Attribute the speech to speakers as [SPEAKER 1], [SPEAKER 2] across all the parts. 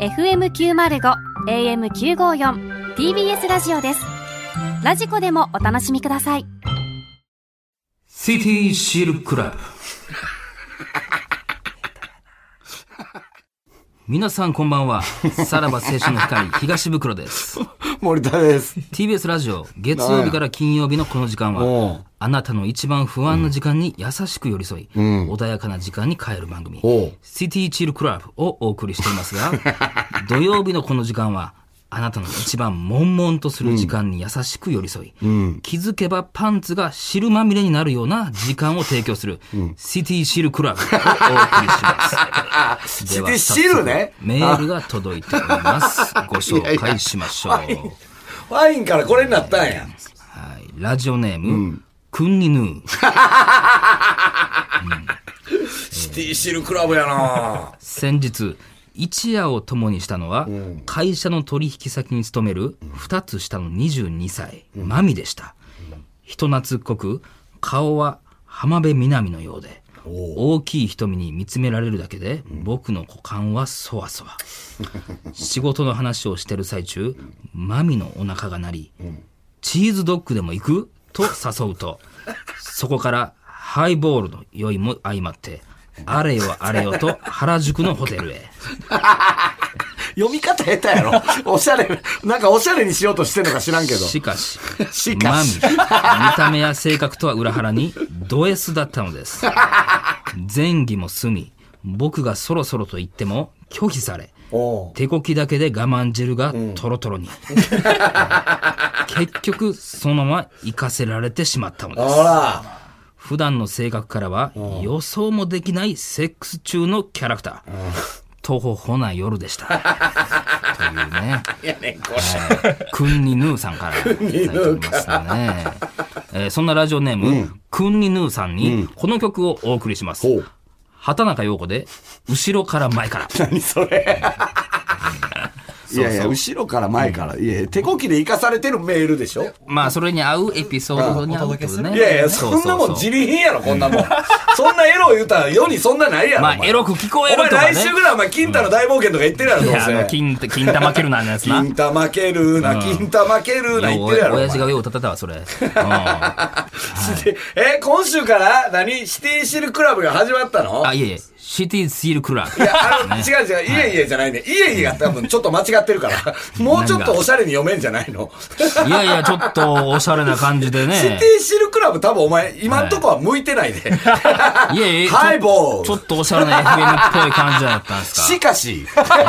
[SPEAKER 1] FM905 AM954 TBS ラジオですラジコでもお楽しみください
[SPEAKER 2] シティシールクラブ。皆さんこんばんは。さらば青春の光、東袋です。
[SPEAKER 3] 森田です。
[SPEAKER 2] TBS ラジオ、月曜日から金曜日のこの時間
[SPEAKER 3] お
[SPEAKER 2] は
[SPEAKER 3] う、
[SPEAKER 2] あなたの一番不安な時間に優しく寄り添い、穏やかな時間に変える番組
[SPEAKER 3] おう、
[SPEAKER 2] シティチルクラブをお送りしています が、土曜日のこの時間は、あなたの一番悶々とする時間に優しく寄り添い、気づけばパンツが汁まみれになるような時間を提供する、シティシルクラブをお送りし ます。では
[SPEAKER 3] シティシルね
[SPEAKER 2] 早速メールが届いており ます。ご紹介しましょう。
[SPEAKER 3] ワインからこれになったんや。
[SPEAKER 2] はい、ラジオネーム、クンニヌー。
[SPEAKER 3] シティシルクラブやな
[SPEAKER 2] 先日、一夜を共にしたのは、会社の取引先に勤める2つ下の22歳、マミでした。人懐っこく、顔は浜辺美波のようで、大きい瞳に見つめられるだけで、僕の股間はそわそわ。仕事の話をしてる最中、マミのお腹が鳴り、チーズドッグでも行くと誘うと、そこからハイボールの酔いも相まって、あれよあれよと原宿のホテルへ。
[SPEAKER 3] 読み方下手やろ。おしゃれ、なんかおしゃれにしようとしてんのか知らんけど。
[SPEAKER 2] しかし、
[SPEAKER 3] し
[SPEAKER 2] マ
[SPEAKER 3] か
[SPEAKER 2] ミ
[SPEAKER 3] し、
[SPEAKER 2] 見た目や性格とは裏腹にド S だったのです。前儀も済み、僕がそろそろと言っても拒否され、
[SPEAKER 3] おう
[SPEAKER 2] 手こきだけで我慢汁がトロトロに。結局、そのまま行かせられてしまったのです。
[SPEAKER 3] ほら、
[SPEAKER 2] 普段の性格からは予想もできないセックス中のキャラクター。徒歩ほな夜でした。というね。
[SPEAKER 3] やねん、こ
[SPEAKER 2] クンニヌーさん からいただいておりますね。えーそんなラジオネーム、クンニヌーさんに、この曲をお送りします。
[SPEAKER 3] ほう
[SPEAKER 2] 畑中陽子で、後ろから前から。
[SPEAKER 3] 何それ。いやいや、後ろから前から。いやいや、手こきで生かされてるメールでしょ
[SPEAKER 2] まあ、それに合うエピソードに合うってことね。
[SPEAKER 3] いやいや、
[SPEAKER 2] う
[SPEAKER 3] そん
[SPEAKER 2] うう
[SPEAKER 3] なもん自利品やろ、こんなもん。そんなエロ言うたら世にそんなないやろ。
[SPEAKER 2] ま
[SPEAKER 3] お
[SPEAKER 2] あ、
[SPEAKER 3] 前
[SPEAKER 2] エロく聞こえ
[SPEAKER 3] お
[SPEAKER 2] る
[SPEAKER 3] 前
[SPEAKER 2] とかね。
[SPEAKER 3] 来週ぐらいお前、金太の大冒険とか言ってるやろ、ど
[SPEAKER 2] いやあの
[SPEAKER 3] うせ。
[SPEAKER 2] 金、金玉蹴るなんやつな。
[SPEAKER 3] 金太負けるな、金太負けるな、言ってるやろ。お
[SPEAKER 2] お
[SPEAKER 3] 前
[SPEAKER 2] 親父がよう歌ってたわ、それ。うん
[SPEAKER 3] え、今週から何シティシルクラブが始まったの
[SPEAKER 2] あ、いえいえ、シティシールクラブ。
[SPEAKER 3] いや、あの、違う違う、いえいえじゃないね。いえいえが多分ちょっと間違ってるから。もうちょっとおしゃれに読めんじゃないのシ
[SPEAKER 2] いやいや、ちょっとおしゃれな感じで
[SPEAKER 3] テ
[SPEAKER 2] ね。
[SPEAKER 3] ィシルクラブ多分お前、今んとこは向いてないで。
[SPEAKER 2] いやいや、
[SPEAKER 3] ハイボール
[SPEAKER 2] ちょっとおしゃれな FM っぽい感じだったんです
[SPEAKER 3] し
[SPEAKER 2] か。
[SPEAKER 3] かし、いやた
[SPEAKER 2] い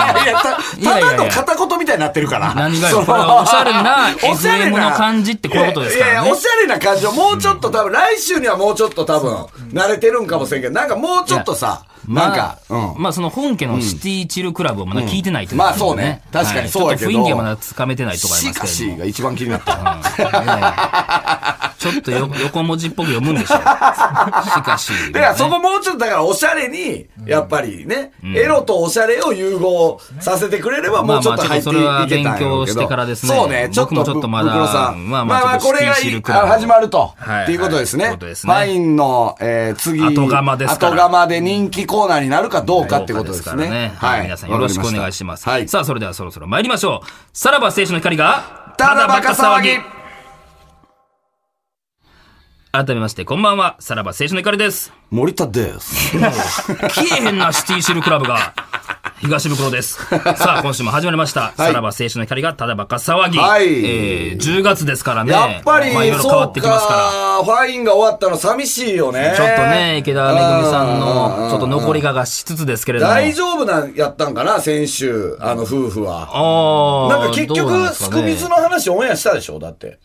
[SPEAKER 2] やいや
[SPEAKER 3] ただの片言みたいになってるから。
[SPEAKER 2] 何が
[SPEAKER 3] そ
[SPEAKER 2] よ、
[SPEAKER 3] の
[SPEAKER 2] これはおしゃれな
[SPEAKER 3] おしゃれ
[SPEAKER 2] FM の
[SPEAKER 3] な
[SPEAKER 2] 感じってこういうことですか
[SPEAKER 3] いや
[SPEAKER 2] ら
[SPEAKER 3] いや、お
[SPEAKER 2] ね
[SPEAKER 3] し。ゃれな感じをもうちょっと多分、来週にはもうちょっと多分、慣れてるんかもしれんけど、なんかもうちょっとさ、
[SPEAKER 2] まあ
[SPEAKER 3] なんか、うん。
[SPEAKER 2] まあその本家のシティチルクラブをまだ聞いてないという
[SPEAKER 3] まあ
[SPEAKER 2] こと
[SPEAKER 3] そうね確かにそうやけど
[SPEAKER 2] はいちょっと雰囲気がまだつかめてないとこあり
[SPEAKER 3] し
[SPEAKER 2] ます
[SPEAKER 3] か
[SPEAKER 2] けれ
[SPEAKER 3] し
[SPEAKER 2] ども
[SPEAKER 3] が一番気になった。
[SPEAKER 2] ちょっとよ横文字っぽく読むんでし ょ。しかし。
[SPEAKER 3] だからそこもうちょっとだからおしゃれに、やっぱりね、エロとおしゃれを融合させてくれればもうちょっと入っていけたんやろうけど。
[SPEAKER 2] まあまあちょっとそれは勉強してからですね
[SPEAKER 3] そうね、ちょっ
[SPEAKER 2] 僕も
[SPEAKER 3] と、
[SPEAKER 2] ちょっと
[SPEAKER 3] ブ
[SPEAKER 2] ま
[SPEAKER 3] ク
[SPEAKER 2] だ
[SPEAKER 3] ロさん。
[SPEAKER 2] ま
[SPEAKER 3] ま
[SPEAKER 2] あま
[SPEAKER 3] あ
[SPEAKER 2] あ
[SPEAKER 3] まあ、
[SPEAKER 2] ちょっ
[SPEAKER 3] ことれが
[SPEAKER 2] スピーチシ
[SPEAKER 3] い
[SPEAKER 2] ル
[SPEAKER 3] い
[SPEAKER 2] クラブ
[SPEAKER 3] あ始まると
[SPEAKER 2] はい。
[SPEAKER 3] っていうことです
[SPEAKER 2] はい
[SPEAKER 3] ね。
[SPEAKER 2] ということ
[SPEAKER 3] フ
[SPEAKER 2] ですね
[SPEAKER 3] ァインの、えー次。
[SPEAKER 2] 後釜ですから
[SPEAKER 3] 後釜で人気コーナーになるかどうかってことです
[SPEAKER 2] から
[SPEAKER 3] ね。
[SPEAKER 2] はい。皆さんよろしくお願いします。
[SPEAKER 3] わかり
[SPEAKER 2] さあ、それではそろそろ参りましょう。さらば青春の光が、
[SPEAKER 3] ただバカ騒ぎ
[SPEAKER 2] 改めまして、こんばんは。さらば青春の光です。
[SPEAKER 3] 森田です。
[SPEAKER 2] 消えへんなシティシルクラブが、東袋です。 さあ、今週も始まりました。さらば青春の光が、ただバカ騒ぎ。
[SPEAKER 3] はい
[SPEAKER 2] えー、10月ですからね。
[SPEAKER 3] やっぱり、
[SPEAKER 2] まあいろいろ変わ
[SPEAKER 3] そ
[SPEAKER 2] っ
[SPEAKER 3] う
[SPEAKER 2] てきますから。
[SPEAKER 3] か、ファインが終わったの寂しいよね。
[SPEAKER 2] ちょっとね、池田めぐみさんの、ちょっと
[SPEAKER 3] り
[SPEAKER 2] 残りががしつつですけれども。
[SPEAKER 3] 大丈夫なんやったんかな、先週、あの夫婦は。
[SPEAKER 2] あー
[SPEAKER 3] なんか結
[SPEAKER 2] どうなんで
[SPEAKER 3] 局、
[SPEAKER 2] す
[SPEAKER 3] ス
[SPEAKER 2] かね
[SPEAKER 3] クミズの話オンエアしたでしょだって。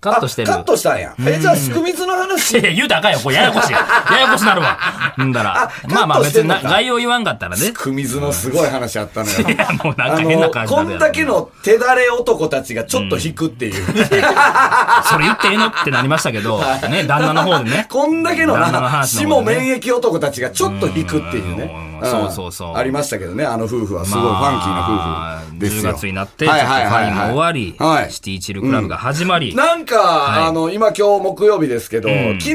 [SPEAKER 2] カットしてる。
[SPEAKER 3] あカットしたんや。え、じゃあスクミズの
[SPEAKER 2] いや
[SPEAKER 3] 話
[SPEAKER 2] い、や、言うたらあかんよ。これややこしい。ややこしなるわ。 んだら
[SPEAKER 3] あ。
[SPEAKER 2] まあまあ
[SPEAKER 3] カット
[SPEAKER 2] 別
[SPEAKER 3] してん
[SPEAKER 2] に
[SPEAKER 3] の
[SPEAKER 2] な
[SPEAKER 3] か
[SPEAKER 2] 概要言わんかったらね
[SPEAKER 3] ス。クミズのすごい話あったのよ。
[SPEAKER 2] いや、もう なんか
[SPEAKER 3] あ
[SPEAKER 2] 変な
[SPEAKER 3] の、
[SPEAKER 2] 感じ
[SPEAKER 3] こ
[SPEAKER 2] に
[SPEAKER 3] ん
[SPEAKER 2] な
[SPEAKER 3] だ
[SPEAKER 2] る
[SPEAKER 3] け
[SPEAKER 2] やろ
[SPEAKER 3] の手だれ男たちがちょっと引くっていう。
[SPEAKER 2] それ言ってええのってなりましたけ ど、ね、旦那の方でね。
[SPEAKER 3] こんだけの
[SPEAKER 2] 旦那の
[SPEAKER 3] な、
[SPEAKER 2] 話
[SPEAKER 3] 死
[SPEAKER 2] の方
[SPEAKER 3] も
[SPEAKER 2] でね
[SPEAKER 3] 免疫男たちがちょっと引くっていうね
[SPEAKER 2] うん。
[SPEAKER 3] ん
[SPEAKER 2] そうそうそう
[SPEAKER 3] ありましたけどね、あの夫婦は。すごいファンキーな夫婦ですよ。
[SPEAKER 2] 10月になって、
[SPEAKER 3] は
[SPEAKER 2] はいい
[SPEAKER 3] はいはい
[SPEAKER 2] も終わり、
[SPEAKER 3] はい
[SPEAKER 2] シティチルクラブが始まり、
[SPEAKER 3] なんか、あの、今今日木曜日ですけど、
[SPEAKER 2] ん
[SPEAKER 3] 昨日、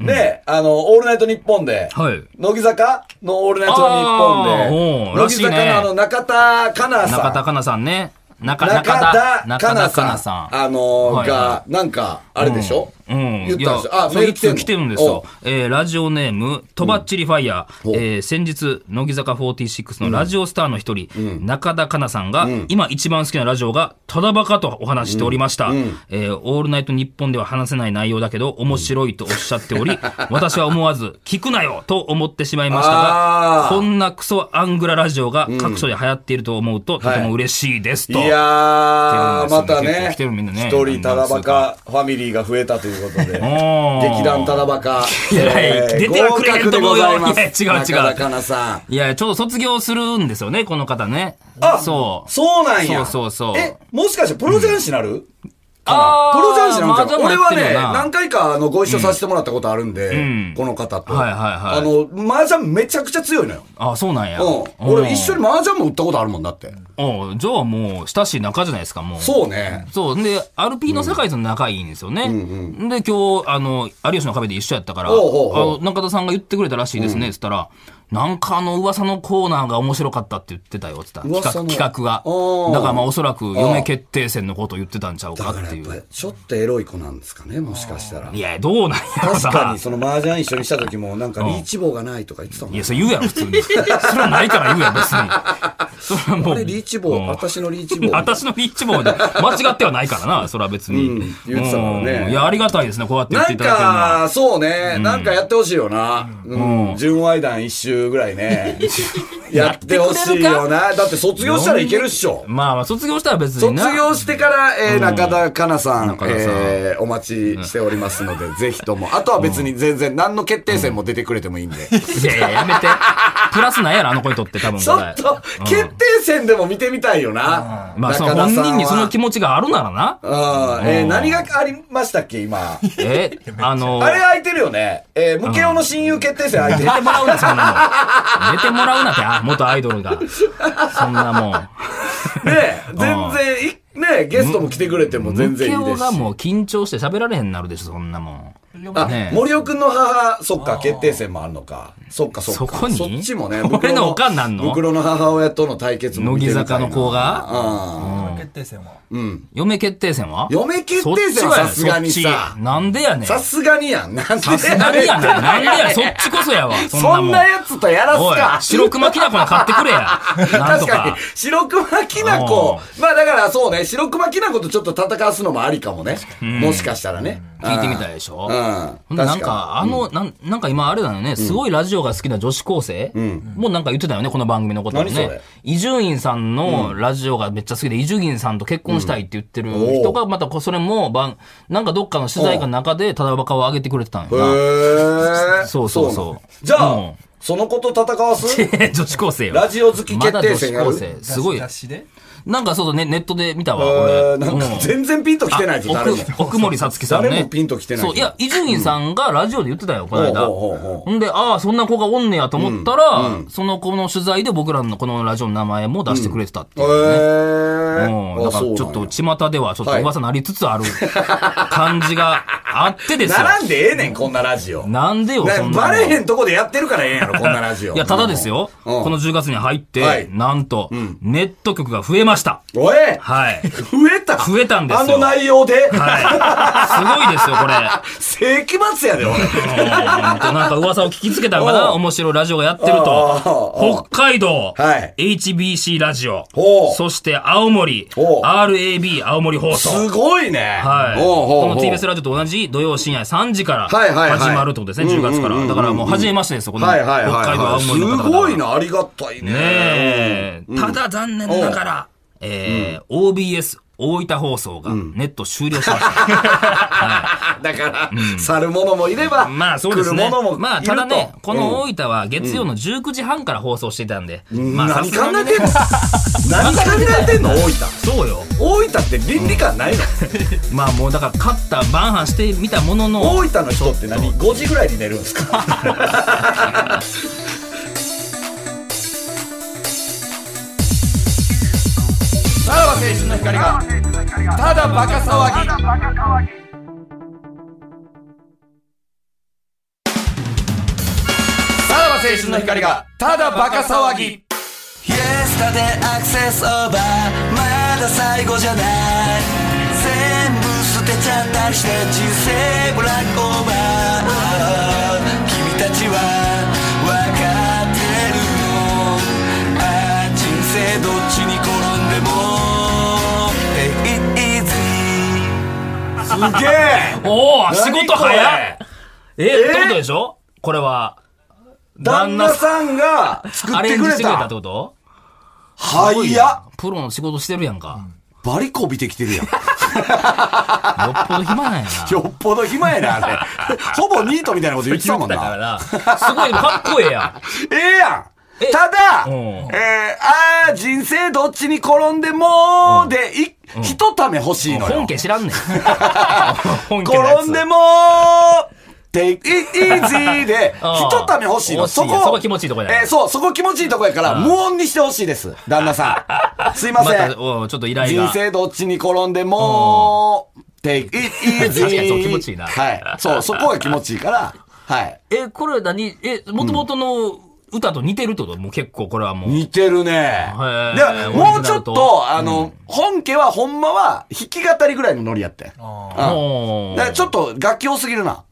[SPEAKER 3] ね、あの、オールナイトニッポンで、
[SPEAKER 2] はい
[SPEAKER 3] 乃木坂のオールナイトニッポン
[SPEAKER 2] あーお
[SPEAKER 3] で、
[SPEAKER 2] う
[SPEAKER 3] 乃
[SPEAKER 2] ら
[SPEAKER 3] 木
[SPEAKER 2] しいね
[SPEAKER 3] 坂のあの、中田香奈さん。
[SPEAKER 2] 中田香奈さんね。中
[SPEAKER 3] 中
[SPEAKER 2] 田
[SPEAKER 3] 田、
[SPEAKER 2] 中田
[SPEAKER 3] か
[SPEAKER 2] 香
[SPEAKER 3] なさん。
[SPEAKER 2] 奈さん。
[SPEAKER 3] あのー
[SPEAKER 2] はい
[SPEAKER 3] が、なんか、あれでしょ、
[SPEAKER 2] うん、
[SPEAKER 3] 言ったんですよ。あ、
[SPEAKER 2] そう
[SPEAKER 3] メール
[SPEAKER 2] い
[SPEAKER 3] 来て
[SPEAKER 2] つ
[SPEAKER 3] んの
[SPEAKER 2] 来てるんですよ。えーラジオネーム、とばっちりファイヤー。
[SPEAKER 3] うん
[SPEAKER 2] えー先日、乃木坂46のラジオスターの一人、中田香奈さんが、今一番好きなラジオが、ただバカとお話ししておりました。えーオールナイト日本では話せない内容だけど、面白いとおっしゃってお り、私は思わず、聞くなよと思ってしまいました
[SPEAKER 3] あ
[SPEAKER 2] が
[SPEAKER 3] ー、
[SPEAKER 2] こんなクソアングララジオが各所で流行っていると思うと、とても嬉しいです
[SPEAKER 3] い
[SPEAKER 2] と。
[SPEAKER 3] やー、また
[SPEAKER 2] 来
[SPEAKER 3] ね
[SPEAKER 2] てるみんな、ね
[SPEAKER 3] 一人ただバカファミリーが増えたというこ とで、
[SPEAKER 2] おー
[SPEAKER 3] 劇団ただバカ、
[SPEAKER 2] いやいや出てはくれへんと思うよ
[SPEAKER 3] 合格でございます
[SPEAKER 2] いや違う違う
[SPEAKER 3] 中田香奈さん。
[SPEAKER 2] いや、ちょうど卒業するんですよね、この方ね。
[SPEAKER 3] あ、
[SPEAKER 2] そう。
[SPEAKER 3] そうなんや。
[SPEAKER 2] そうそうそう
[SPEAKER 3] え、もしかしてプロ雀士なる、
[SPEAKER 2] あー
[SPEAKER 3] プロ雀士なんちゃう
[SPEAKER 2] 麻
[SPEAKER 3] 俺
[SPEAKER 2] 雀も
[SPEAKER 3] は
[SPEAKER 2] やってる
[SPEAKER 3] ね、
[SPEAKER 2] よな
[SPEAKER 3] 何回かあのご一緒させてもらったことあるんで、
[SPEAKER 2] ん
[SPEAKER 3] この方と。
[SPEAKER 2] はいはい
[SPEAKER 3] い。あの、麻雀めちゃくちゃ強いのよ。
[SPEAKER 2] あ、そうなんや。
[SPEAKER 3] うん。俺一緒に麻雀も打ったことあるもんだって。
[SPEAKER 2] に。うん、じゃあもう、親しい仲じゃないですか、もう。う。
[SPEAKER 3] そうね。
[SPEAKER 2] そう。で、RP の酒井さん仲いいんですよね。で、今日、あの、有吉の壁で一緒やったから、
[SPEAKER 3] おうおうおう
[SPEAKER 2] あの中田さんが言ってくれたらしいですね、つったら、なんかあの噂のコーナーが面白かったって言ってたよ、つった企画
[SPEAKER 3] 噂の
[SPEAKER 2] 企画が
[SPEAKER 3] お。ー
[SPEAKER 2] だからまあおそらく嫁決定戦のことを言ってたんちゃうか
[SPEAKER 3] だから
[SPEAKER 2] って
[SPEAKER 3] や
[SPEAKER 2] い
[SPEAKER 3] っぱり
[SPEAKER 2] う。
[SPEAKER 3] ちょっとエロい子なんですかね、もしかしたら
[SPEAKER 2] い。や、どうなんやろ
[SPEAKER 3] 確
[SPEAKER 2] な
[SPEAKER 3] か にその麻雀一緒にした時もなんかリーチ棒がないとか言ってたもん
[SPEAKER 2] いや、それ言うやろ、普通に。それはないから言うやん、別に。それはも
[SPEAKER 3] あ
[SPEAKER 2] う。
[SPEAKER 3] れリーチ棒、
[SPEAKER 2] うん
[SPEAKER 3] 私のリーチ棒。
[SPEAKER 2] 私のリーチ棒で間違ってはないからな、それは別に。
[SPEAKER 3] うん言ってたもんね
[SPEAKER 2] ういや、ありがたいですね、こうやって言っ
[SPEAKER 3] な
[SPEAKER 2] て
[SPEAKER 3] ん
[SPEAKER 2] いただけるのは。
[SPEAKER 3] か、そうね、なんかやってほしいよな。うん。純愛団一周ぐら いね。やってほしいよな。だって卒業したらいけるっしょ。
[SPEAKER 2] まあまあ、卒業したら別に
[SPEAKER 3] 卒
[SPEAKER 2] な。
[SPEAKER 3] 業してから、えー中田香奈さん、
[SPEAKER 2] 中田さん
[SPEAKER 3] えーお待ちしておりますので、ぜひとも。あとは別に全然、何の決定戦も出てくれてもいいんで。
[SPEAKER 2] いやいや、やめて。プラスなんやろ、あの子にとって多分
[SPEAKER 3] ちょっと、決定戦でも見てみたいよな。
[SPEAKER 2] まあ、その
[SPEAKER 3] 中田
[SPEAKER 2] 本
[SPEAKER 3] さんは
[SPEAKER 2] 人にその気持ちがあるならな。
[SPEAKER 3] うん。えー何がありましたっけ、今。
[SPEAKER 2] え、 あの、
[SPEAKER 3] あれ空いてるよね。えー、ムケオの親友決定戦空いてる
[SPEAKER 2] 寝。てもらうな、そんなもん。寝てもらうなって、あ、元アイドルが。そんなもん。
[SPEAKER 3] ね全然、いねゲストも来てくれても全然いい
[SPEAKER 2] ムケ
[SPEAKER 3] で
[SPEAKER 2] オ
[SPEAKER 3] す
[SPEAKER 2] が
[SPEAKER 3] し。
[SPEAKER 2] もう緊張して喋られへんなるでしょ、そんなもん。
[SPEAKER 3] あ
[SPEAKER 2] ね、
[SPEAKER 3] 森尾くんの母、そっか、決定戦もあるのか。そっか、そっか。
[SPEAKER 2] そこに
[SPEAKER 3] っちもね。
[SPEAKER 2] 俺のおかんなんの
[SPEAKER 3] 袋の母親との対決も見てみたいな
[SPEAKER 2] 乃木坂の子
[SPEAKER 3] うん。
[SPEAKER 4] 決定戦は
[SPEAKER 2] 嫁決定戦は
[SPEAKER 3] 嫁決定戦はさすがに
[SPEAKER 2] そっちは
[SPEAKER 3] さ
[SPEAKER 2] そっちなんでやねん。
[SPEAKER 3] さ
[SPEAKER 2] さ
[SPEAKER 3] すがにやん。なんです
[SPEAKER 2] がにやな。なんでや、そっちこそやわ。そんな も
[SPEAKER 3] そん
[SPEAKER 2] ん。
[SPEAKER 3] なやつとやらす
[SPEAKER 2] おい
[SPEAKER 3] か、。
[SPEAKER 2] 白熊きな粉買ってくれや。なんと
[SPEAKER 3] 確かに
[SPEAKER 2] か。、
[SPEAKER 3] 白熊きなこ。まあだからそうね、白熊きなことちょっと戦わすのもありかもね。もしかしたらね。
[SPEAKER 2] 聞いてみたいでしょ
[SPEAKER 3] うん
[SPEAKER 2] ほんでなん
[SPEAKER 3] 確か
[SPEAKER 2] か、あの、なんなんか今あれだよね、すごいラジオが好きな女子高生もうなんか言ってたよね、この番組のことを
[SPEAKER 3] 何そ
[SPEAKER 2] ね
[SPEAKER 3] れ。
[SPEAKER 2] 伊集院さんのラジオがめっちゃ好きで、伊集院さんと結婚したいって言ってる人が、またこうそれも番、なんかどっかの取材かの中で、ただバカを上げてくれてたん
[SPEAKER 3] へ
[SPEAKER 2] やな。
[SPEAKER 3] ー
[SPEAKER 2] そうそうそう
[SPEAKER 3] なのじゃあ、
[SPEAKER 2] うん
[SPEAKER 3] そのこと戦わす
[SPEAKER 2] 女子高生よ
[SPEAKER 3] ラジオ好き決定戦や
[SPEAKER 2] まだ女子
[SPEAKER 3] る
[SPEAKER 2] 高生。すごい。
[SPEAKER 4] 雑誌で
[SPEAKER 2] なんかそうだね、ネットで見たわ、
[SPEAKER 3] えー
[SPEAKER 2] 俺。
[SPEAKER 3] なんか
[SPEAKER 2] うん
[SPEAKER 3] 全然ピンときてないぞ、
[SPEAKER 2] あ
[SPEAKER 3] 誰も。
[SPEAKER 2] 奥奥森さつきさんね。
[SPEAKER 3] 誰もピンときてないけ
[SPEAKER 2] そ
[SPEAKER 3] ど
[SPEAKER 2] う、いや、伊集院さんがラジオで言ってたよ、この間。
[SPEAKER 3] ほうほうほうほ
[SPEAKER 2] ほんで、ああ、そんな子がおんねやと思ったら、その子の取材で僕らのこのラジオの名前も出してくれてたって
[SPEAKER 3] え
[SPEAKER 2] いう。
[SPEAKER 3] ー
[SPEAKER 2] うん、だ
[SPEAKER 3] あ
[SPEAKER 2] から
[SPEAKER 3] そうなん
[SPEAKER 2] ち
[SPEAKER 3] や
[SPEAKER 2] ょっと巷ではちょっと噂なりつつある感じがあってですよ。
[SPEAKER 3] 並んでええねん、 こんなラジオ。
[SPEAKER 2] なんでよ、そんなの
[SPEAKER 3] バレへんとこでやってるからええんやろ、こんなラジオ。
[SPEAKER 2] いや、ただですよ、
[SPEAKER 3] うん
[SPEAKER 2] この10月に入って、
[SPEAKER 3] はい
[SPEAKER 2] なんと、ネット局が増えました。
[SPEAKER 3] おい
[SPEAKER 2] はい。
[SPEAKER 3] 増えた
[SPEAKER 2] 増えたんですよ
[SPEAKER 3] あの内 容
[SPEAKER 2] はい。
[SPEAKER 3] で、
[SPEAKER 2] すごいですよ、これ。
[SPEAKER 3] 世紀末やで、俺。
[SPEAKER 2] うんとなんか噂を聞きつけたんかな
[SPEAKER 3] おう
[SPEAKER 2] 面白いラジオがやってる
[SPEAKER 3] おうおうおう
[SPEAKER 2] と。北海道、
[SPEAKER 3] はい
[SPEAKER 2] HBC ラジオ
[SPEAKER 3] ほう、
[SPEAKER 2] そして青森、
[SPEAKER 3] ほう
[SPEAKER 2] RAB 青森放送。
[SPEAKER 3] すごいね。
[SPEAKER 2] はい。
[SPEAKER 3] おうほう
[SPEAKER 2] こ
[SPEAKER 3] ほう
[SPEAKER 2] の TBS ラジオと同じ土曜深夜3時から
[SPEAKER 3] はいはいはい
[SPEAKER 2] 始まるってことですね、10月から。だからもう初めましてですよ、この
[SPEAKER 3] はい
[SPEAKER 2] 北
[SPEAKER 3] はいはい
[SPEAKER 2] 海道
[SPEAKER 3] は
[SPEAKER 2] 青
[SPEAKER 3] い。
[SPEAKER 2] 森の方々
[SPEAKER 3] すごいな、ありがたい
[SPEAKER 2] ね
[SPEAKER 3] ね。
[SPEAKER 2] え、ただ残念ながら、えー OBS 大分放送がネット終了しました。
[SPEAKER 3] だから、去る者もいれば、
[SPEAKER 2] まあそうです
[SPEAKER 3] 来
[SPEAKER 2] ね
[SPEAKER 3] る者もいると。。
[SPEAKER 2] まあただね、この
[SPEAKER 3] い、
[SPEAKER 2] 大分は月曜の19時半から放送していたんで、
[SPEAKER 3] うん
[SPEAKER 2] まあ
[SPEAKER 3] 何考
[SPEAKER 2] ね
[SPEAKER 3] えてんの何考えてんの大分。
[SPEAKER 2] そうよ。
[SPEAKER 3] 大分って倫理観な いの、
[SPEAKER 2] まあもうだから勝った晩飯してみたものの、
[SPEAKER 3] 大分の 人って何 ?5 時ぐらいに寝るんですか春の光がただバカ騒ぎさらば青春の光がただバカ騒ぎ
[SPEAKER 4] Yesterday access over まだ最後じゃない全部捨てちゃったりして人生ブラックオーバー君たちは分かってるのああ人生どっちに転んでも Hey, easy
[SPEAKER 3] すげえ
[SPEAKER 2] おお仕
[SPEAKER 3] 何
[SPEAKER 2] 事
[SPEAKER 3] これ
[SPEAKER 2] 早いえってことでしょこれは。
[SPEAKER 3] 旦那さんが作
[SPEAKER 2] ア
[SPEAKER 3] っ
[SPEAKER 2] レ
[SPEAKER 3] て
[SPEAKER 2] ンジし
[SPEAKER 3] くれ
[SPEAKER 2] てくれたったてこと
[SPEAKER 3] はいや
[SPEAKER 2] プロの仕事してるやんか。
[SPEAKER 3] バリこびてきてるや
[SPEAKER 2] よ
[SPEAKER 3] ん
[SPEAKER 2] っぽど暇 なんやな。
[SPEAKER 3] よっぽど暇やなあれほぼニートみたいなこと言ってたもん
[SPEAKER 2] だか
[SPEAKER 3] な
[SPEAKER 2] らな、すごいかっこええや
[SPEAKER 3] ええやん
[SPEAKER 2] え
[SPEAKER 3] ただ、
[SPEAKER 2] うん
[SPEAKER 3] えー、あー人生どっちに転んでもーで、い、ひとため欲しい
[SPEAKER 2] ん。
[SPEAKER 3] のよ。
[SPEAKER 2] 本家知らん ねん。本家のやつ
[SPEAKER 3] 転んでもー take it easy で、
[SPEAKER 2] あー
[SPEAKER 3] ひとため欲しいの。
[SPEAKER 2] 欲しい
[SPEAKER 3] そこ、
[SPEAKER 2] そこ気持ちいいとこや
[SPEAKER 3] えーそう、そこ気持ちいいとこやから、無音にしてほしいです。旦那さ ん。すいま
[SPEAKER 2] ま
[SPEAKER 3] せ
[SPEAKER 2] た、
[SPEAKER 3] ん。
[SPEAKER 2] おうちょっと依頼
[SPEAKER 3] 人
[SPEAKER 2] が。
[SPEAKER 3] 生どっちに転んでもー take it
[SPEAKER 2] 確
[SPEAKER 3] easy
[SPEAKER 2] かにそう気持ちいいな
[SPEAKER 3] はい。そう、そこが気持ちいいから、はい。
[SPEAKER 2] え、これ何え、元々の歌と似てるってこともう結構これはもう。
[SPEAKER 3] 似てるね
[SPEAKER 2] へ。ー
[SPEAKER 3] で、もうちょっ
[SPEAKER 2] オリジナルと
[SPEAKER 3] と、あの、本家はほんまは弾き語りぐらいのノリやってん。うん
[SPEAKER 2] お
[SPEAKER 3] だから
[SPEAKER 2] ー
[SPEAKER 3] ちょっと楽器多すぎるな。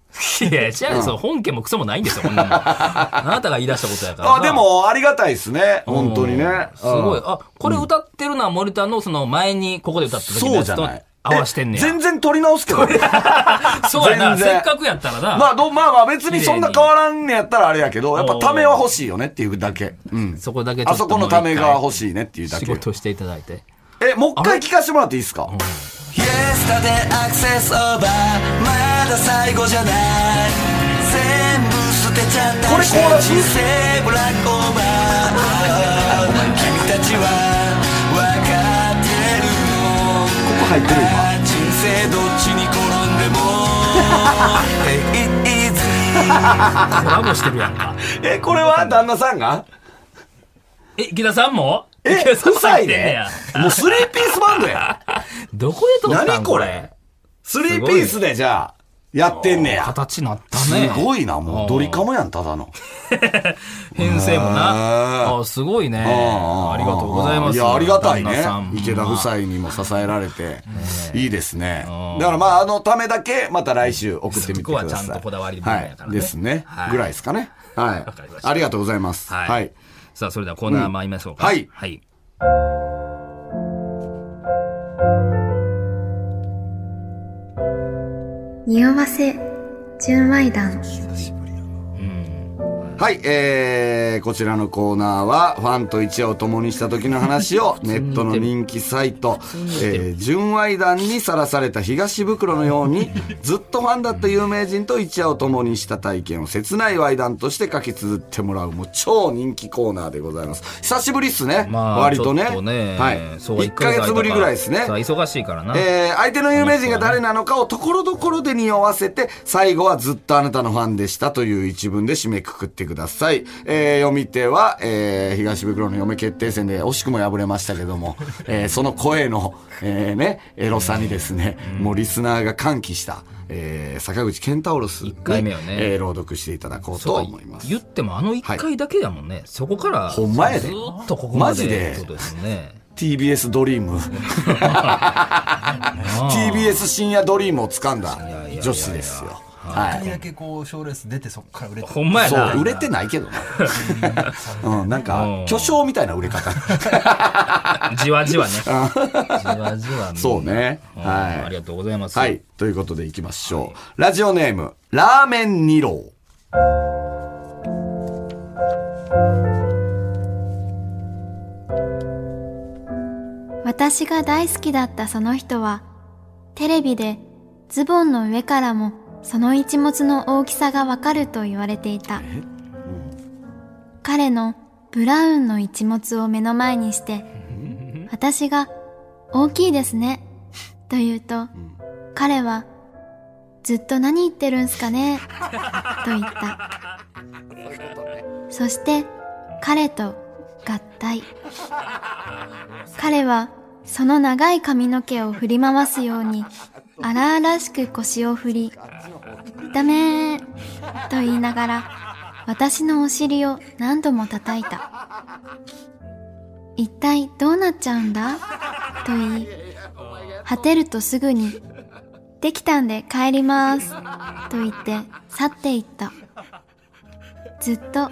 [SPEAKER 2] いや、違うよ、その本家もクソもないんですよ、こん なの。あなたが言い出したことやからな。
[SPEAKER 3] あ、でも、ありがたいですね。本当にね。
[SPEAKER 2] すごい。
[SPEAKER 3] うん
[SPEAKER 2] あ、これ歌ってるのは森田のその前にここで歌った時の
[SPEAKER 3] そう
[SPEAKER 2] や
[SPEAKER 3] じ
[SPEAKER 2] つ
[SPEAKER 3] ゃ
[SPEAKER 2] と
[SPEAKER 3] ない。
[SPEAKER 2] 合わしてんね
[SPEAKER 3] え
[SPEAKER 2] や
[SPEAKER 3] 全。然取り直す けどね。
[SPEAKER 2] そうやな。
[SPEAKER 3] 全然
[SPEAKER 2] せっかくやったらな。
[SPEAKER 3] まあ、ど、まあまあ、別にそんな変わらんねやったらあれやけど、やっぱためは欲しいよねっていうだけ。うん。
[SPEAKER 2] そこだけちょ
[SPEAKER 3] あ
[SPEAKER 2] っとも
[SPEAKER 3] そこ
[SPEAKER 2] う
[SPEAKER 3] の
[SPEAKER 2] 一回
[SPEAKER 3] ためが欲しいねっていうだ
[SPEAKER 2] 仕
[SPEAKER 3] け。
[SPEAKER 2] 事していただいて。
[SPEAKER 3] え、もう一回聞かせてもらっていいですか
[SPEAKER 4] Yesterday access over まだ最後じゃない全部捨てちゃった
[SPEAKER 3] これコーラス
[SPEAKER 4] 人生ブラックオーバー君たちは分かってるの
[SPEAKER 3] ここ入ってる今
[SPEAKER 4] ああ人生どっちに転んでも Take it easy
[SPEAKER 2] コラボしてるやんか。
[SPEAKER 3] え、これは旦那さんが
[SPEAKER 2] え、池田さんも
[SPEAKER 3] え、
[SPEAKER 2] 池田さん
[SPEAKER 3] 夫
[SPEAKER 2] も
[SPEAKER 3] 妻
[SPEAKER 2] 入ってんね
[SPEAKER 3] で
[SPEAKER 2] や
[SPEAKER 3] もうスリーピースバンドや。
[SPEAKER 2] どこで撮ったん
[SPEAKER 3] 何これスリーピースでじゃあ、やってんねや。
[SPEAKER 2] 形なった
[SPEAKER 3] す
[SPEAKER 2] ね。
[SPEAKER 3] ごいな、もうドリカムやん、ただの。
[SPEAKER 2] 編成も
[SPEAKER 3] へ
[SPEAKER 2] な。
[SPEAKER 3] ー
[SPEAKER 2] あ、すごいね。
[SPEAKER 3] あ
[SPEAKER 2] ありがとうございます。
[SPEAKER 3] いや、ありがたい
[SPEAKER 2] 旦那
[SPEAKER 3] ね
[SPEAKER 2] さん。も
[SPEAKER 3] 池田夫妻にも支えられて、いいですね。だからまあ、あのためだけ、また来週送ってみてくだ
[SPEAKER 2] そこは
[SPEAKER 3] さい。
[SPEAKER 2] ちゃんとこだわり部分
[SPEAKER 3] は
[SPEAKER 2] や
[SPEAKER 3] い
[SPEAKER 2] からね
[SPEAKER 3] ですね
[SPEAKER 2] は。い
[SPEAKER 3] ぐらいですかね。はい
[SPEAKER 2] かりま。した
[SPEAKER 3] ありがとうございます。
[SPEAKER 2] はい
[SPEAKER 3] はい。
[SPEAKER 2] さあ、それではコーナー参りましょうか。
[SPEAKER 3] うんはい
[SPEAKER 2] はい。
[SPEAKER 5] 匂わせ純愛談
[SPEAKER 3] はい、えー、こちらのコーナーは、ファンと一夜を共にした時の話 を、ネットの人気サイト、えー、純愛団にさらされた東袋のよう に、ずっとファンだった有名人と一夜を共にした体験を切ない愛談として書き綴ってもらう、もう超人気コーナーでございます。久しぶりっすね。
[SPEAKER 2] まあ、
[SPEAKER 3] 割とね。
[SPEAKER 2] ちょっ
[SPEAKER 3] はい。
[SPEAKER 2] そう
[SPEAKER 3] 1ヶ月ぶりぐらいですね
[SPEAKER 2] さ。あ忙しいからな。
[SPEAKER 3] えー相手の有名人が誰なのかをところどころで匂わせて、最後はずっとあなたのファンでしたという一文で締めくくってください。えー読み手は、えー東袋の嫁決定戦で惜しくも敗れましたけども、えーその声の、えーね、エロさにですね、もうリスナーが歓喜した、えー坂口健太郎スに
[SPEAKER 2] 一回目をね
[SPEAKER 3] えー朗読していただこうと
[SPEAKER 2] そう
[SPEAKER 3] 思います。
[SPEAKER 2] 言ってもあの1回だけだもんね。そこから、
[SPEAKER 3] ほんまやで
[SPEAKER 2] ずーっとここま
[SPEAKER 3] マジで
[SPEAKER 2] でってことですよね。
[SPEAKER 3] TBS ドリ ーム、TBS 深夜ドリームを掴んだ
[SPEAKER 2] やいやいや
[SPEAKER 3] 女子ですよ。はい。
[SPEAKER 6] 一回だけこう賞レース出てそっから売れて
[SPEAKER 2] ほんまや
[SPEAKER 3] そう、
[SPEAKER 2] な。
[SPEAKER 3] 売れてない けどな。うん、なん
[SPEAKER 2] う
[SPEAKER 3] か
[SPEAKER 2] ん、
[SPEAKER 3] 巨匠みたいな売れ方。
[SPEAKER 2] じわじわね。じわじわね。
[SPEAKER 3] そうね。
[SPEAKER 2] うん。あ
[SPEAKER 3] は
[SPEAKER 2] りがとうございます。
[SPEAKER 3] い。はい。ということで行きましょう。ラジオネーム、ラーメン二郎。
[SPEAKER 5] 私が大好きだったその人はテレビでズボンの上からもその一物の大きさがわかると言われていた、彼のブラウンの一物を目の前にして私が「大きいですね」と言うと、彼は「ずっと何言ってるんすかね」と言ったそして彼と合体彼はその長い髪の毛を振り回すように荒々しく腰を振りダメーと言いながら私のお尻を何度も叩いた一体どうなっちゃうんだと言い果てるとすぐにできたんで帰りますと言って去っていったずっと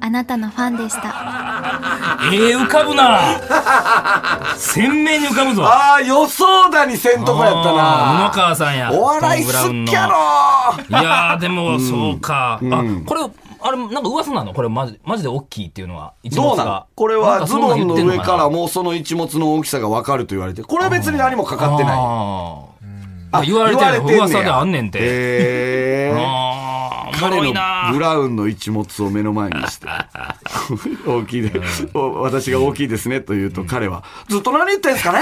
[SPEAKER 5] あなたのファンでした
[SPEAKER 2] ええ浮かぶ な鮮明に浮かぶぞ
[SPEAKER 3] ああ、予想だにせんとこやった
[SPEAKER 2] あー布
[SPEAKER 3] な。
[SPEAKER 2] 川さんや
[SPEAKER 3] お笑
[SPEAKER 2] トム
[SPEAKER 3] い
[SPEAKER 2] ブラウ
[SPEAKER 3] 好
[SPEAKER 2] ンの
[SPEAKER 3] きやろ
[SPEAKER 2] いやーでもそうか、あこれあれなんか噂なのこれマジマジで大きいっていうのは一
[SPEAKER 3] ど
[SPEAKER 2] 物
[SPEAKER 3] うなの
[SPEAKER 2] が
[SPEAKER 3] これ
[SPEAKER 2] なん
[SPEAKER 3] は
[SPEAKER 2] か
[SPEAKER 3] ズ
[SPEAKER 2] そんな
[SPEAKER 3] ボ
[SPEAKER 2] ん
[SPEAKER 3] ンの
[SPEAKER 2] 言ってん
[SPEAKER 3] 上
[SPEAKER 2] か
[SPEAKER 3] から
[SPEAKER 2] な
[SPEAKER 3] もうその一物の大きさがわかると言われて、これは別に何もかかってない。
[SPEAKER 2] あー言われてる
[SPEAKER 3] んねや
[SPEAKER 2] 噂であんねんて、
[SPEAKER 3] へー
[SPEAKER 2] あーおも
[SPEAKER 3] 彼
[SPEAKER 2] ろい
[SPEAKER 3] の
[SPEAKER 2] な
[SPEAKER 3] ブラウンの一物を目の前に して大きいで、お私が大きいですねと言うと彼は、ずっと何言ってんすかね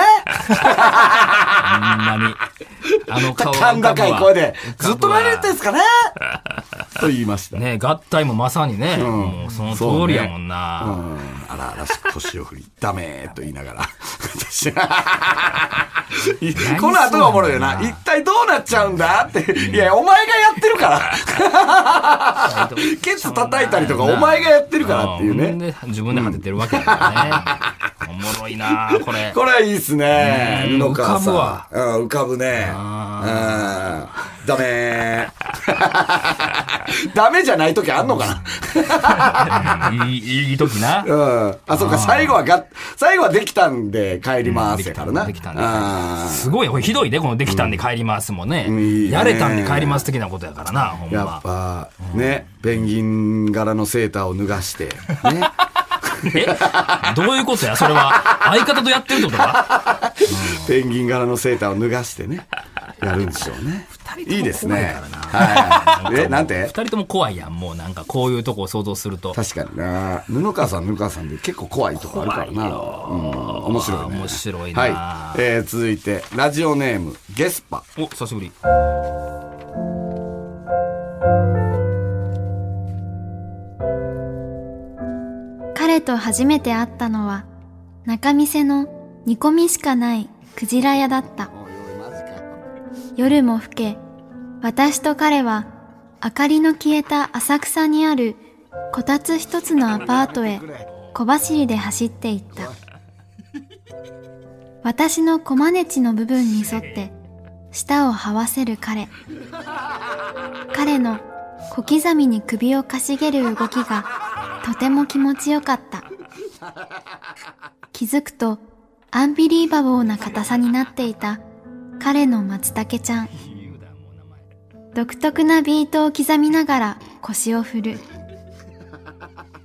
[SPEAKER 2] ほんまにあの 顔
[SPEAKER 3] 甲高い声で
[SPEAKER 2] 浮、かぶわ
[SPEAKER 3] ずっと何言ってんすかねと言いました。
[SPEAKER 2] ね合体もまさにね、もうその通りやもん
[SPEAKER 3] う
[SPEAKER 2] な、
[SPEAKER 3] ん、あらあらしく腰を振り、 ダメーと言いながら。私 この後がおもろいよな。
[SPEAKER 2] 何すんの
[SPEAKER 3] 一体どうなっちゃうんだって。いや、お前がやってるから。ケツ叩いたりとか、お前がやってるからっていうね。
[SPEAKER 2] ん自分で自分で当ててるわけやからね、おもろいなこれ
[SPEAKER 3] これはいいっすね。
[SPEAKER 2] うん
[SPEAKER 3] 布川さん
[SPEAKER 2] 浮か
[SPEAKER 3] うん、浮かぶね。うんダメ ー。ダメじゃない時あんのか
[SPEAKER 2] いいいい時な
[SPEAKER 3] なうん。あ、そうか、最後はが、最後はできたんで帰りますやからな。
[SPEAKER 2] できたんで
[SPEAKER 3] あー
[SPEAKER 2] すごいこれひどいねこの「できたんで帰ります」もね、
[SPEAKER 3] うんいいね
[SPEAKER 2] やれたんで帰ります」的なことやからなほん
[SPEAKER 3] や
[SPEAKER 2] ま
[SPEAKER 3] っぱ、ね、ペンギン柄のセーターを脱 がして、ね。
[SPEAKER 2] えどういうことやそれは相方とやってるってことか
[SPEAKER 3] ペンギン柄のセーターを脱がしてね、やるんでしょうね。いいですね。はい。 え、な
[SPEAKER 2] 二
[SPEAKER 3] んて
[SPEAKER 2] 人とも怖いやんもうなんかこういうとこを想像すると
[SPEAKER 3] 確かにな。布川さん、布川さんで結構怖いとこあるからな。うん、面白いね。
[SPEAKER 2] 面白いな、
[SPEAKER 3] はい。えー、続いて、ラジオネーム、ゲスパ。
[SPEAKER 2] お久しぶり
[SPEAKER 5] 彼と初めて会ったのは中店の煮込みしかないクジラ屋だった夜も更け私と彼は明かりの消えた浅草にあるこたつ一つのアパートへ小走りで走っていった私のコマネチの部分に沿って舌を這わせる彼彼の小刻みに首をかしげる動きがとても気持ちよかった気づくとアンビリーバボーな硬さになっていた彼の松茸ちゃん独特なビートを刻みながら腰を振る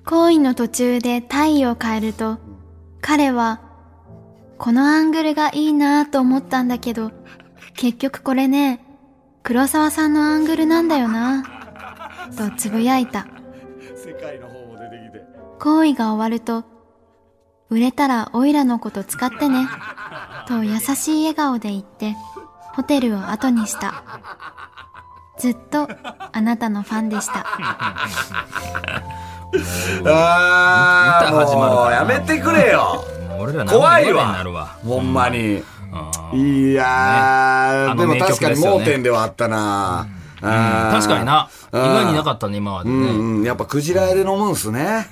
[SPEAKER 5] 行為の途中で体位を変えると彼はこのアングルがいいなぁと思ったんだけど結局これね黒沢さんのアングルなんだよなぁとつぶやいた
[SPEAKER 3] 世界の方も出てきて。
[SPEAKER 5] 行為が終わると、売れたらオイラのこと使ってね、と優しい笑顔で言って、ホテルを後にした。ずっとあなたのファンでした。
[SPEAKER 3] あー、
[SPEAKER 2] 歌始まる
[SPEAKER 3] も
[SPEAKER 2] か
[SPEAKER 3] う
[SPEAKER 2] ら
[SPEAKER 3] や
[SPEAKER 2] な
[SPEAKER 3] めてくれよ。
[SPEAKER 2] もう俺ら何も
[SPEAKER 3] 怖い
[SPEAKER 2] 言わ
[SPEAKER 3] わ
[SPEAKER 2] れんなるわ。
[SPEAKER 3] ほんまに。
[SPEAKER 2] うん
[SPEAKER 3] い
[SPEAKER 2] ね
[SPEAKER 3] やー、
[SPEAKER 2] あの
[SPEAKER 3] でも
[SPEAKER 2] 名曲
[SPEAKER 3] 確か
[SPEAKER 2] で
[SPEAKER 3] に
[SPEAKER 2] すよね
[SPEAKER 3] 盲点ではあったな、うん
[SPEAKER 2] 確かにな意
[SPEAKER 3] うん
[SPEAKER 2] 外になかったね今まで
[SPEAKER 3] う
[SPEAKER 2] ね、
[SPEAKER 3] んうん、やっぱクジラ屋で飲むんすね。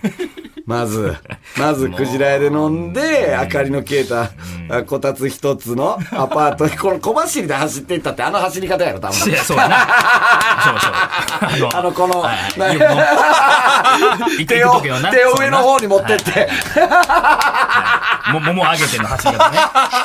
[SPEAKER 3] まず、 まずクジラ屋で飲んで、明かりの消えた、あこたつ一つのアパー トに、この小走りで走っていったって、あの走り方やろ、多
[SPEAKER 2] い
[SPEAKER 3] 分。
[SPEAKER 2] やそう やなそうそう
[SPEAKER 3] あの、この、
[SPEAKER 2] はい
[SPEAKER 3] な
[SPEAKER 2] 行く
[SPEAKER 3] 手
[SPEAKER 2] 行
[SPEAKER 3] を、
[SPEAKER 2] く時よな
[SPEAKER 3] 手を上の方に持ってって、
[SPEAKER 2] も、もも上げての走り方 ね。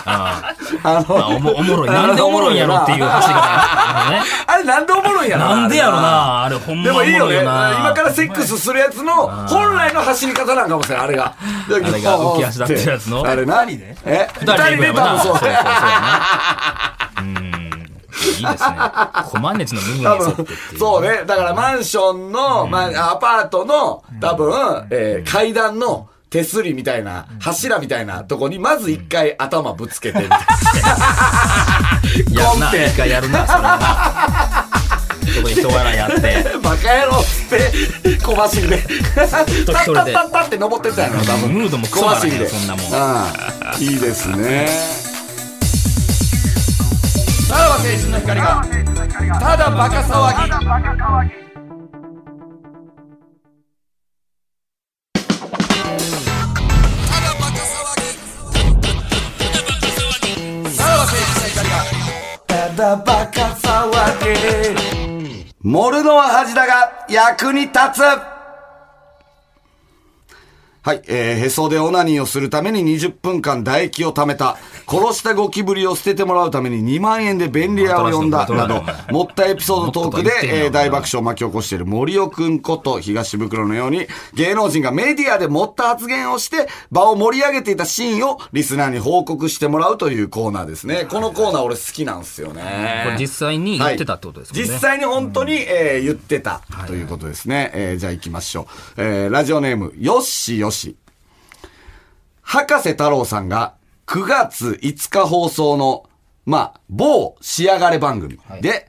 [SPEAKER 2] あ
[SPEAKER 3] あ
[SPEAKER 2] あお
[SPEAKER 3] の、
[SPEAKER 2] も、おもろい。なんでおもろいんやろっていう走り方。あのね
[SPEAKER 3] あれなんでおもろいんやろ
[SPEAKER 2] なんでやろな、あれほん
[SPEAKER 3] で
[SPEAKER 2] まお
[SPEAKER 3] も
[SPEAKER 2] も
[SPEAKER 3] いいよ
[SPEAKER 2] ろい
[SPEAKER 3] ね。
[SPEAKER 2] よな。
[SPEAKER 3] 今からセックスするやつの本来の走り方なんかもしれない、あれが。あれ
[SPEAKER 2] が浮き足立ってるやつの
[SPEAKER 3] あれ何でえ
[SPEAKER 2] 二人で行くやろ
[SPEAKER 3] 多
[SPEAKER 2] な。
[SPEAKER 3] 分
[SPEAKER 2] そうそうそう
[SPEAKER 3] そう。
[SPEAKER 2] やな。うん。いいですね。コマネチの部分に沿
[SPEAKER 3] 多
[SPEAKER 2] ってっ
[SPEAKER 3] 分
[SPEAKER 2] ていう。
[SPEAKER 3] そうね。だからマンションの、まあ、アパートの、多分、えー階段の手すりみたいな、柱みたいなとこに、まず一回頭ぶつけてみたいな。
[SPEAKER 2] やる
[SPEAKER 3] コン
[SPEAKER 2] な。
[SPEAKER 3] テ
[SPEAKER 2] 一回やるな、それはな。そこに人笑いや って。
[SPEAKER 3] バカ野郎っつって、小走りで。
[SPEAKER 2] と
[SPEAKER 3] タ
[SPEAKER 2] 一
[SPEAKER 3] ッ
[SPEAKER 2] 人
[SPEAKER 3] タ
[SPEAKER 2] で
[SPEAKER 3] ッタッタって登ってったやろ、多分。
[SPEAKER 2] ムードもクソだらけよそんなもん
[SPEAKER 3] 小走りでうんいいですね。さらば青春の光がただバカ騒ぎ
[SPEAKER 4] ただバカ騒ぎ
[SPEAKER 3] 盛るのは恥だが役に立つはい、えー、へそでオナニーをするために20分間唾液を貯めた、殺したゴキブリを捨ててもらうために2万円で便利屋を呼んだ、など、持ったエピソードトークで、えー大爆笑を巻き起こしている森尾くんこと東袋のように、芸能人がメディアで持った発言をして、場を盛り上げていたシーンをリスナーに報告してもらうというコーナーですね。このコーナー俺好きなんですよね。
[SPEAKER 2] これ実際に言ってたってことですもんね
[SPEAKER 3] はい実際に本当に、えー言ってたということですね。えーじゃあ行きましょう。えーラジオネーム、よっしよし。博士太郎さんが9月5日放送の、まあ、某仕上がれ番組で、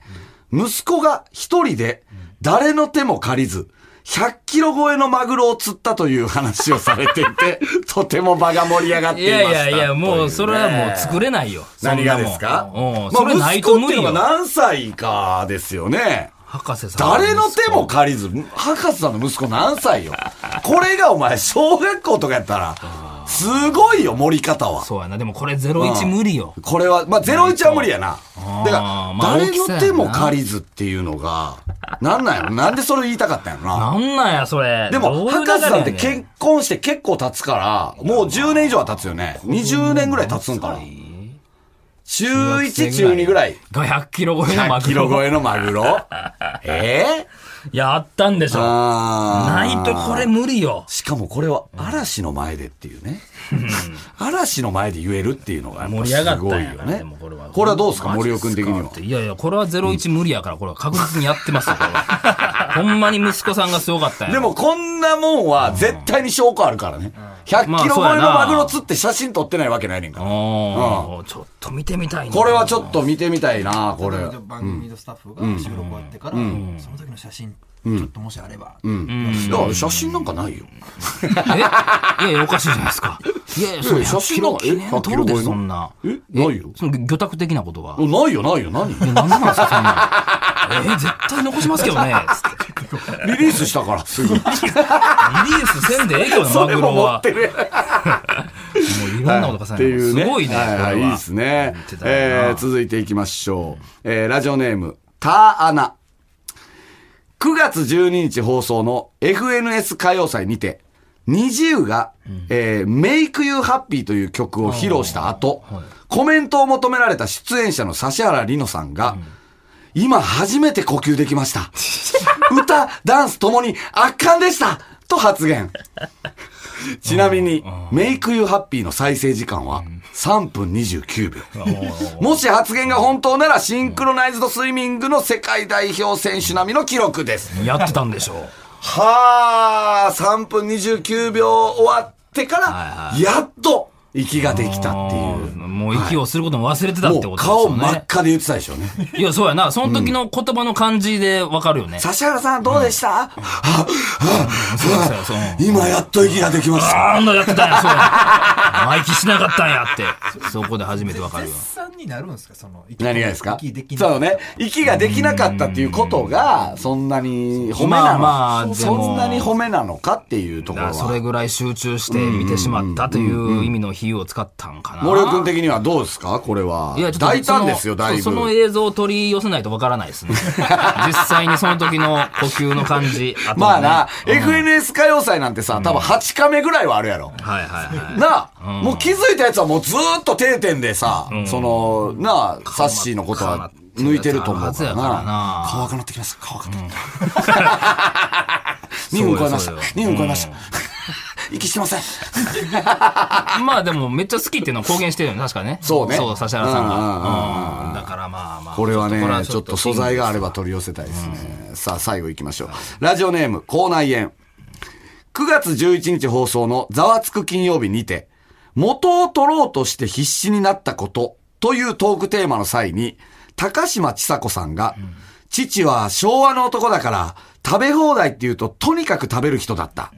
[SPEAKER 3] 息子が一人で誰の手も借りず、100キロ超えのマグロを釣ったという話をされてい て、とても場が盛り上がって
[SPEAKER 2] い
[SPEAKER 3] いま
[SPEAKER 2] や
[SPEAKER 3] した。
[SPEAKER 2] いやいや、もうそれはもう
[SPEAKER 3] 作
[SPEAKER 2] 作れないよ。
[SPEAKER 3] 何がですか
[SPEAKER 2] そんなもんうん、それないと無理
[SPEAKER 3] まあ息子っていうのが
[SPEAKER 2] よ。
[SPEAKER 3] 何歳かですよね。
[SPEAKER 2] 博士さん。
[SPEAKER 3] 誰の手も借りず、博士さんの息子何歳よ。これがお前、小学校とかやったら、すごいよ、盛り方は。
[SPEAKER 2] そうやな。でもこれ01無理よ。
[SPEAKER 3] これは、まあ、01は無理やな。だか
[SPEAKER 2] あーま
[SPEAKER 3] ら、
[SPEAKER 2] あ
[SPEAKER 3] 誰の手も借りずっていうのが、なんなんやろなんでそれ言いたかったんやろな。
[SPEAKER 2] なんなんや、それ。
[SPEAKER 3] で
[SPEAKER 2] ど
[SPEAKER 3] も、
[SPEAKER 2] ういう流
[SPEAKER 3] 博
[SPEAKER 2] れや
[SPEAKER 3] 士さんっ
[SPEAKER 2] ね
[SPEAKER 3] て結婚して結構経つから、もう10年以上は経つよね。20年ぐらい経つんかな。中1、中2ぐらい。
[SPEAKER 2] が100キロ超えのマ
[SPEAKER 3] 100
[SPEAKER 2] グ
[SPEAKER 3] キロ
[SPEAKER 2] ロ。
[SPEAKER 3] 超えのマ グロえ
[SPEAKER 2] やったんでし
[SPEAKER 3] ー、
[SPEAKER 2] ょ。
[SPEAKER 3] あ
[SPEAKER 2] な
[SPEAKER 3] ー
[SPEAKER 2] いとこれ無理よ。
[SPEAKER 3] しかもこれは嵐の前でっていうね。嵐の前で言えるっていうのがやっぱ
[SPEAKER 2] 盛り上が
[SPEAKER 3] す
[SPEAKER 2] ったん
[SPEAKER 3] ごい
[SPEAKER 2] や
[SPEAKER 3] よ
[SPEAKER 2] から
[SPEAKER 3] ね
[SPEAKER 2] でもこれは。
[SPEAKER 3] これはどうですか森尾君的には。
[SPEAKER 2] いやいや、これは01無理やから、これは確実にやってますよ、これ は。ほんまに息子さんがすごかったんや。
[SPEAKER 3] で、もこんなもんは絶対に証拠あるからね。100キロ超えのマグロ釣って写真撮ってないわけないねんから。
[SPEAKER 2] おーちょっと見てみたいな
[SPEAKER 3] これはちょっと見てみたいな、これ。
[SPEAKER 6] で番組のスタッフが収録終わってから、その時の写真、ちょっともしあれば、
[SPEAKER 3] いや、写真なんかないよ。
[SPEAKER 2] えいやいや、おかしいじゃないですか。いやいや、それ
[SPEAKER 3] え写
[SPEAKER 2] 100
[SPEAKER 3] 真
[SPEAKER 2] キ
[SPEAKER 3] なん
[SPEAKER 2] ロ
[SPEAKER 3] か
[SPEAKER 2] 記念撮るで
[SPEAKER 3] え100キロ超えの
[SPEAKER 2] す、そんな。
[SPEAKER 3] えないよ。
[SPEAKER 2] その魚拓的なことは。い
[SPEAKER 3] ないよ、ない よ、何
[SPEAKER 2] や、なんなんですか、そんなん。えー絶対残しますけどね。つって
[SPEAKER 3] リリースしたから、す
[SPEAKER 2] リ
[SPEAKER 3] ぐ。
[SPEAKER 2] リースせんでええけどな、マ
[SPEAKER 3] それ
[SPEAKER 2] グ
[SPEAKER 3] も
[SPEAKER 2] ロ
[SPEAKER 3] 持
[SPEAKER 2] は
[SPEAKER 3] っ。てる。
[SPEAKER 2] もういろんなこと重
[SPEAKER 3] っ
[SPEAKER 2] ね
[SPEAKER 3] て
[SPEAKER 2] て、
[SPEAKER 3] いうね。
[SPEAKER 2] すごいね、
[SPEAKER 3] はいはい
[SPEAKER 2] これ
[SPEAKER 3] い
[SPEAKER 2] はい
[SPEAKER 3] ですね
[SPEAKER 2] 言って。たよな
[SPEAKER 3] えー続いていきましょう。えーラジオネーム、ターアナ。9月12日放送の FNS 歌謡祭にて、二ジウが、えー Make You Happy という曲を披露した後、コメントを求められた出演者の指原莉乃さんが、今初めて呼吸できました。歌、ダンスともに圧巻でしたと発言。ちなみに、メイクユーハッピーの再生時間は3分29秒。 もし発言が本当なら、シンクロナイズドスイミングの世界代表選手並みの記録です。
[SPEAKER 2] やってたんでしょう。
[SPEAKER 3] はあ、3分29秒終わってから、やっと息ができたっていう。
[SPEAKER 2] もう息をすることも忘れてたってこ
[SPEAKER 3] も
[SPEAKER 2] と
[SPEAKER 3] う
[SPEAKER 2] ですよ
[SPEAKER 3] 顔
[SPEAKER 2] ね。
[SPEAKER 3] 真っ赤で言ってたでしょうね。
[SPEAKER 2] いや、そうやな。その時の言葉の感じでわかるよね。
[SPEAKER 3] 指原さんどうで した、はあ
[SPEAKER 2] そうですよ、その。
[SPEAKER 3] 今やっと息ができました。
[SPEAKER 2] あんなやってたんや、 そうや。生意気しなかったんやって。そこで初めてわかるよ
[SPEAKER 6] 絶。賛になるんですか、その、
[SPEAKER 3] 何がですか
[SPEAKER 6] 息できない
[SPEAKER 3] そうね。息ができなかったっていうことが、そんなに褒めなのか、
[SPEAKER 2] まあまあでも
[SPEAKER 3] そんなに褒めなのかっていうところ
[SPEAKER 2] それ
[SPEAKER 3] は。
[SPEAKER 2] ぐらい集中して見てしまったという意味の比喩を使ったんかな。
[SPEAKER 3] 森尾君的にはどうですかこれは。
[SPEAKER 2] いや、ちょっと
[SPEAKER 3] 大胆ですよ、
[SPEAKER 2] その
[SPEAKER 3] だいぶ。
[SPEAKER 2] そうその映像を取り寄せないとわからないです ね。実際にその時の呼吸の感じ。とはね
[SPEAKER 3] まあな、
[SPEAKER 2] うん
[SPEAKER 3] FNS 歌謡祭なんてさ、多分8カメぐらいはあるやろ。
[SPEAKER 2] はいはいはい。
[SPEAKER 3] なあ、もう気づいたやつはもうずーっと定点でさ、その、なあ、サッシーのことは抜いてると思うから
[SPEAKER 2] 顔真っ赤になってるやつあるはずやから
[SPEAKER 3] な
[SPEAKER 2] な。
[SPEAKER 3] 乾くなってきました。乾くなってきた。2分超え まし
[SPEAKER 2] そ
[SPEAKER 3] た。
[SPEAKER 2] うよ
[SPEAKER 3] 2分超えました。 息してません。
[SPEAKER 2] まあでもめっちゃ好きっていうのを公言してるよね、確かね。
[SPEAKER 3] そうね
[SPEAKER 2] そう、指原さん
[SPEAKER 3] うん
[SPEAKER 2] が。うん。だからまあまあ。
[SPEAKER 3] これはね
[SPEAKER 2] こ
[SPEAKER 3] ちょっと素材があれば取り寄せたいですね、さあ最後行きましょうラジオネーム口内炎9月11日放送の「ざわつく金曜日」にて元を取ろうとして必死になったことというトークテーマの際に高嶋ちさ子さんが、父は昭和の男だから食べ放題って言うととにかく食べる人だった、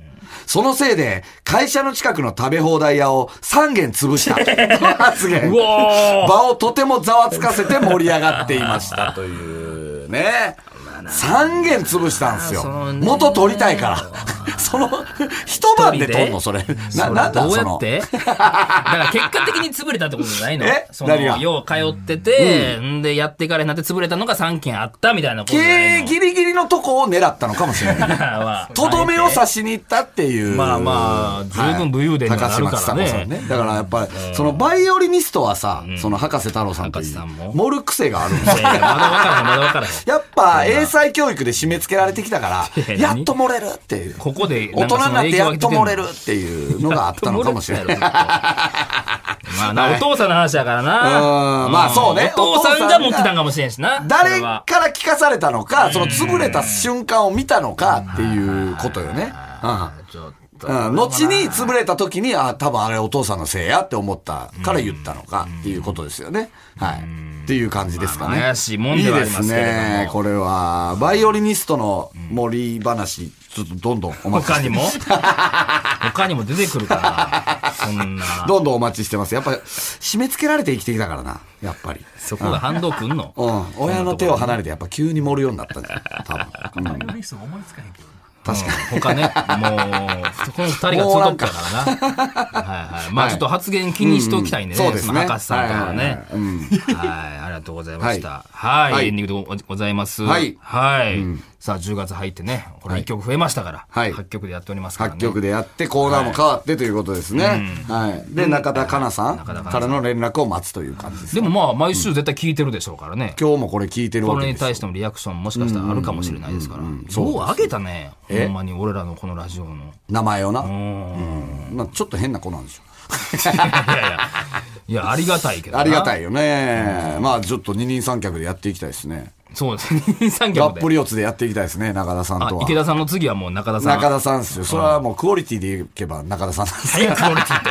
[SPEAKER 3] そのせいで、会社の近くの食べ放題屋を3軒潰した。 発言。
[SPEAKER 2] うわ
[SPEAKER 3] 場をとてもざわつかせて盛り上がっていましたというね。3軒潰したんですよ
[SPEAKER 2] その。ね
[SPEAKER 3] 元取りたいから。その、一晩で取んのそれ。な、なんだ
[SPEAKER 2] どう
[SPEAKER 3] そ
[SPEAKER 2] や
[SPEAKER 3] の
[SPEAKER 2] っ。て だから結果的に潰れたってことじゃないの
[SPEAKER 3] え
[SPEAKER 2] その
[SPEAKER 3] 何が
[SPEAKER 2] よう通ってて、んでやってからになって潰れたのが3件あったみたいなこと
[SPEAKER 3] 経
[SPEAKER 2] じゃない
[SPEAKER 3] 営
[SPEAKER 2] の
[SPEAKER 3] ギリギリのとこを狙ったのかもしれない。
[SPEAKER 2] は
[SPEAKER 3] とどめを刺しに行ったっていう。
[SPEAKER 2] まあまあ十分武勇伝にはなるからね
[SPEAKER 3] 高島ちさ子さんね。だからやっぱり、そのバイオリニストはさ、その博士太郎さんとい
[SPEAKER 2] 博士さんも
[SPEAKER 3] う、盛る癖があるんで すよ
[SPEAKER 2] いやいやまだ分からへんまだ分からへん
[SPEAKER 3] やっぱ英才教育で締め付けられてきたか
[SPEAKER 2] いや
[SPEAKER 3] ら、
[SPEAKER 2] い
[SPEAKER 3] や
[SPEAKER 2] や
[SPEAKER 3] っと漏れるっていう。
[SPEAKER 2] ここでな
[SPEAKER 3] 大
[SPEAKER 2] んか
[SPEAKER 3] 人
[SPEAKER 2] そ
[SPEAKER 3] に
[SPEAKER 2] の
[SPEAKER 3] なっ
[SPEAKER 2] 影
[SPEAKER 3] て
[SPEAKER 2] 響
[SPEAKER 3] や
[SPEAKER 2] を
[SPEAKER 3] っ
[SPEAKER 2] 受け
[SPEAKER 3] と
[SPEAKER 2] てん
[SPEAKER 3] 漏れるっていうのがあったのかもしれない。
[SPEAKER 2] やっと漏れてたやろまあな、お父さんの話やからな
[SPEAKER 3] うんまあそうね
[SPEAKER 2] お父さんが持ってたんかもしれんしな
[SPEAKER 3] 誰
[SPEAKER 2] それは
[SPEAKER 3] から聞かされたのか、その潰れた瞬間を見たのかっていうことよね。うん
[SPEAKER 2] ちょっと
[SPEAKER 3] うん、後に潰れた時に、あ、多分あれお父さんのせいやって思ったから言ったのかっていうことですよね。はい。っていう感じですかね。
[SPEAKER 2] まあ怪しいもんではありますけれども
[SPEAKER 3] いいですね。これは、バイオリニストの森話、ちょっとどんどんお待ち
[SPEAKER 2] 他
[SPEAKER 3] し
[SPEAKER 2] に
[SPEAKER 3] て
[SPEAKER 2] も他にも出てくるからそんな
[SPEAKER 3] どんどんお待ちしてます。やっぱ、締め付けられて生きてきたからな。やっぱり。
[SPEAKER 2] そこが反動くんの
[SPEAKER 3] うん。親の手を離れて、やっぱ急に盛るようになったんじゃない多分。うん
[SPEAKER 6] ミス思いつかへんけどな
[SPEAKER 3] 確か
[SPEAKER 2] うん他ね、も う、この二人がツートップだからな。はいはい。まあちょっと発言気にしておきたいんでね。
[SPEAKER 3] うんうんそうですね
[SPEAKER 2] の博士さんとか
[SPEAKER 3] は
[SPEAKER 2] ね。はい、ありがとうございました。はい、
[SPEAKER 3] はい
[SPEAKER 2] エンディングでごございます。
[SPEAKER 3] はい
[SPEAKER 2] はいさあ、10月入ってね、これ1曲増えましたから、
[SPEAKER 3] はい
[SPEAKER 2] 8曲でやっておりますからね。
[SPEAKER 3] 8曲でやってコーナーも変わってということですね。はい。で、中田香奈さんからの連絡を待つという感じです。
[SPEAKER 2] でもまあ、毎週絶対聴いてるでしょうからね。
[SPEAKER 3] 今日もこれ聞いてる
[SPEAKER 2] こ
[SPEAKER 3] わ
[SPEAKER 2] れ
[SPEAKER 3] け
[SPEAKER 2] に
[SPEAKER 3] ですよ
[SPEAKER 2] 対してのリアクションもしかしたらあるかもしれないですから。そう上げたね。ほんまに俺らのこのラジオの。
[SPEAKER 3] 名前をな。
[SPEAKER 2] うん。
[SPEAKER 3] まあちょっと変な子なんでしょ
[SPEAKER 2] いやいや、いや、ありがたいけど
[SPEAKER 3] う。
[SPEAKER 2] な。
[SPEAKER 3] ありがたいよね。まあちょっと二人三脚でやっていきたいですね。
[SPEAKER 2] そうですね。 二三
[SPEAKER 3] が
[SPEAKER 2] 脚
[SPEAKER 3] っ
[SPEAKER 2] で。
[SPEAKER 3] ぷり四つでやっていきたいですね、中田さん
[SPEAKER 2] あ
[SPEAKER 3] と、
[SPEAKER 2] 池
[SPEAKER 3] は。
[SPEAKER 2] 田さんの次はもう中田さん。
[SPEAKER 3] 中田さんですよ。それはもうクオリティでいけば中田さんなんです
[SPEAKER 2] 早くクオリティって。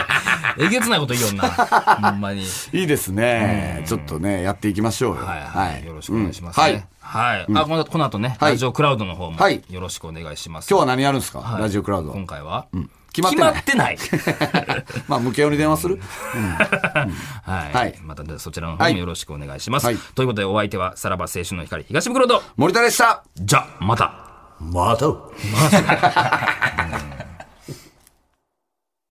[SPEAKER 2] え げつないこと言う よんな。ほんまに。
[SPEAKER 3] いいですね。ちょっとね、やっていきましょうよ。
[SPEAKER 2] はいはい。よろしくお願いします、
[SPEAKER 3] うん
[SPEAKER 2] ね
[SPEAKER 3] はい。
[SPEAKER 2] はい。あ、このこの後ね、
[SPEAKER 3] はい
[SPEAKER 2] ラジオクラウドの方も、
[SPEAKER 3] はい
[SPEAKER 2] よろしくお願いします。
[SPEAKER 3] 今日は何やるんですか、
[SPEAKER 2] い
[SPEAKER 3] ラジオクラウドは。
[SPEAKER 2] 今回は、
[SPEAKER 3] 決まってない
[SPEAKER 2] 決まってない。
[SPEAKER 3] まあ、無形に電話する
[SPEAKER 2] はい。
[SPEAKER 3] はい
[SPEAKER 2] またそちらの方もよろしくお願いします。
[SPEAKER 3] はい
[SPEAKER 2] ということで、お相手は、さらば青春の光、東袋と、
[SPEAKER 3] 森田でした
[SPEAKER 2] じゃ、また。
[SPEAKER 3] また。